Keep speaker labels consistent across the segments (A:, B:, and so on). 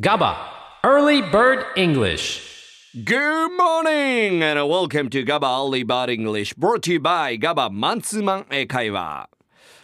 A: GABA, Early Bird English.
B: Good morning and welcome to GABA Early Bird English brought to you by GABA マンツーマン英会話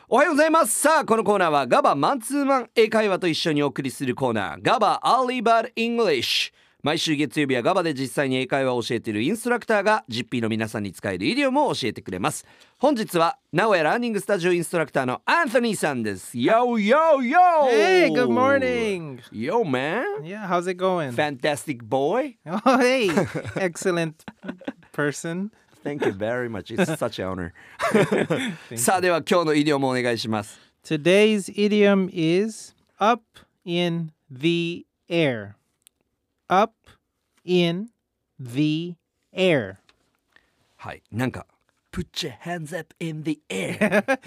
B: おはようございますさあこのコーナーは GABA マンツーマン英会話と一緒にお送りするコーナー GABA Early Bird English 毎週月曜日は GABA で実際に英会話を教えているインストラクターが GP の皆さんに使えるイディオムを教えてくれます本日は名古屋ランニングスタジオインストラクターのアンソニーさんです Yo yo yo
C: Hey, good morning.
B: Yo man
C: Yeah, how's it going?
B: Fantastic boy
C: oh, hey, excellent person.
B: Thank you very much. It's such an honor. さあでは今日の医療もお願いします。
C: Today's idiom is up in the air. Up in the air.
B: はい。なんか Put your hands up in the air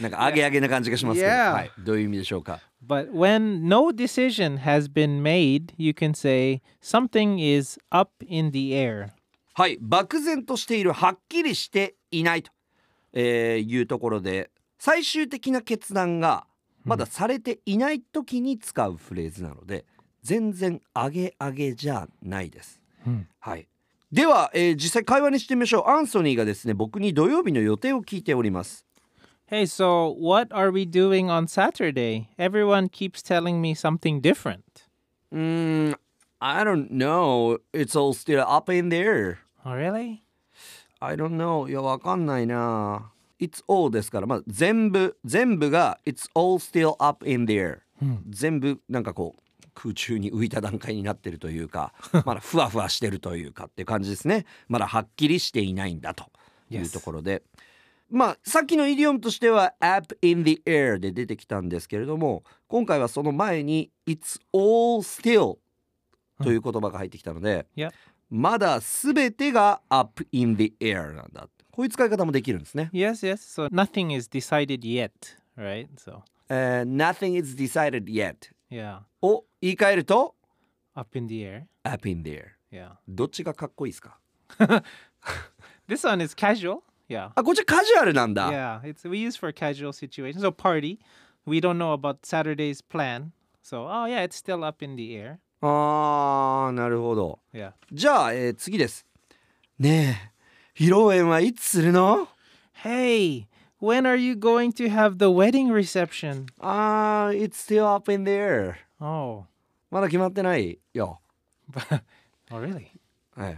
B: なんか上げ上げな感じがしますけど、
C: Yeah.
B: はい。どういう意味でしょうか。
C: But when no decision has been made, you can say something is up in the air.
B: はい。漠然としているはっきりしていないと、えーいうところで最終的な決断がまだされていない時に使うフレーズなので全然上げ上げじゃないです。はい。では、えー実際会話にしてみましょう。アンソニーがですね、僕に土曜日の予定を聞いております。
C: Hey, so what are we doing on Saturday? Everyone keeps telling me something different.
B: うーん、I don't know. It's all still up in the air.
C: Oh, really?
B: I don't know. いや、わかんないな。It's all ですから、まあ、全部、全部が It's all still up in the air、全部、なんかこう、空中に浮いた段階になってるというか、まだふわふわしてるというかっていう感じですね。まだはっきりしていないんだというところで。まあ、さっきのイディオムとしては「up in the air」で出てきたんですけれども今回はその前に「it's all still」という言葉が入ってきたので、
C: Yep.
B: まだ全てが up in the air なんだこういう使い方もできるんですね。
C: Yes, yes. So nothing is decided yet, right? So,
B: えー nothing is decided yet
C: yeah,
B: を言い換えると
C: up in the air.
B: up in the air
C: Yeah.
B: どっちがかっこいいですか
C: This one is casual. Yeah.
B: あこっちカジュアルなんだ。
C: Yeah, it's we use for casual situations. So party, we don't know about Saturday's plan. So, oh yeah, it's still up in the air.
B: あーなるほど。
C: Yeah.
B: じゃあ、えー次です。ねえ披露宴はいつするの
C: Hey, when are you going to have the wedding reception?
B: あー、it's still up in the air.
C: Oh.
B: まだ決まってないよ。
C: Oh, really?
B: はい、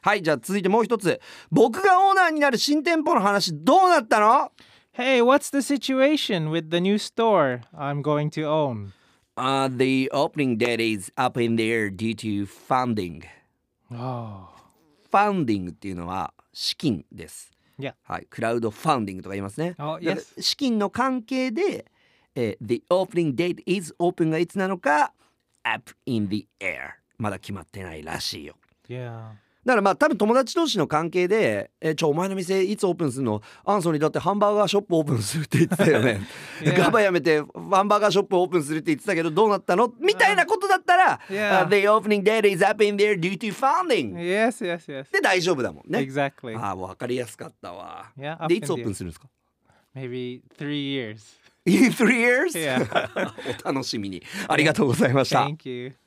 B: はい、じゃあ続いてもう一つ。僕がオーナーになる新店舗の話どうなったの
C: Hey, what's the situation with the new store I'm going to own?
B: Uh, the opening date is up in the air due to funding.
C: Oh.
B: Funding っていうのは資金です。
C: Yeah.
B: はい、クラウドファンディングとか言いますね。
C: Oh,
B: だから
C: yes.
B: 資金の関係で、えー The opening date is open がいつなのか up in the air まだ決まってないらしいよ。
C: Yeah.
B: だからまあ多分友達同士の関係で「えちょお前の店いつオープンするのアンソニーだってハンバーガーショップオープンするって言ってたよね
C: いや
B: ガバやめてハンバーガーショップオープンするって言ってたけどどうなったの?」みたいなことだったら「
C: いや
B: Uh, The opening date is up in their duty funding」
C: Yes, yes, yes.
B: で大丈夫だもんね。
C: Exactly.
B: ああ分かりやすかったわ。
C: いや up
B: で
C: in
B: いつオープンするんですか
C: Maybe three years.
B: ?In three years?
C: Yeah.
B: お楽しみに。ありがとうございました。
C: Thank you.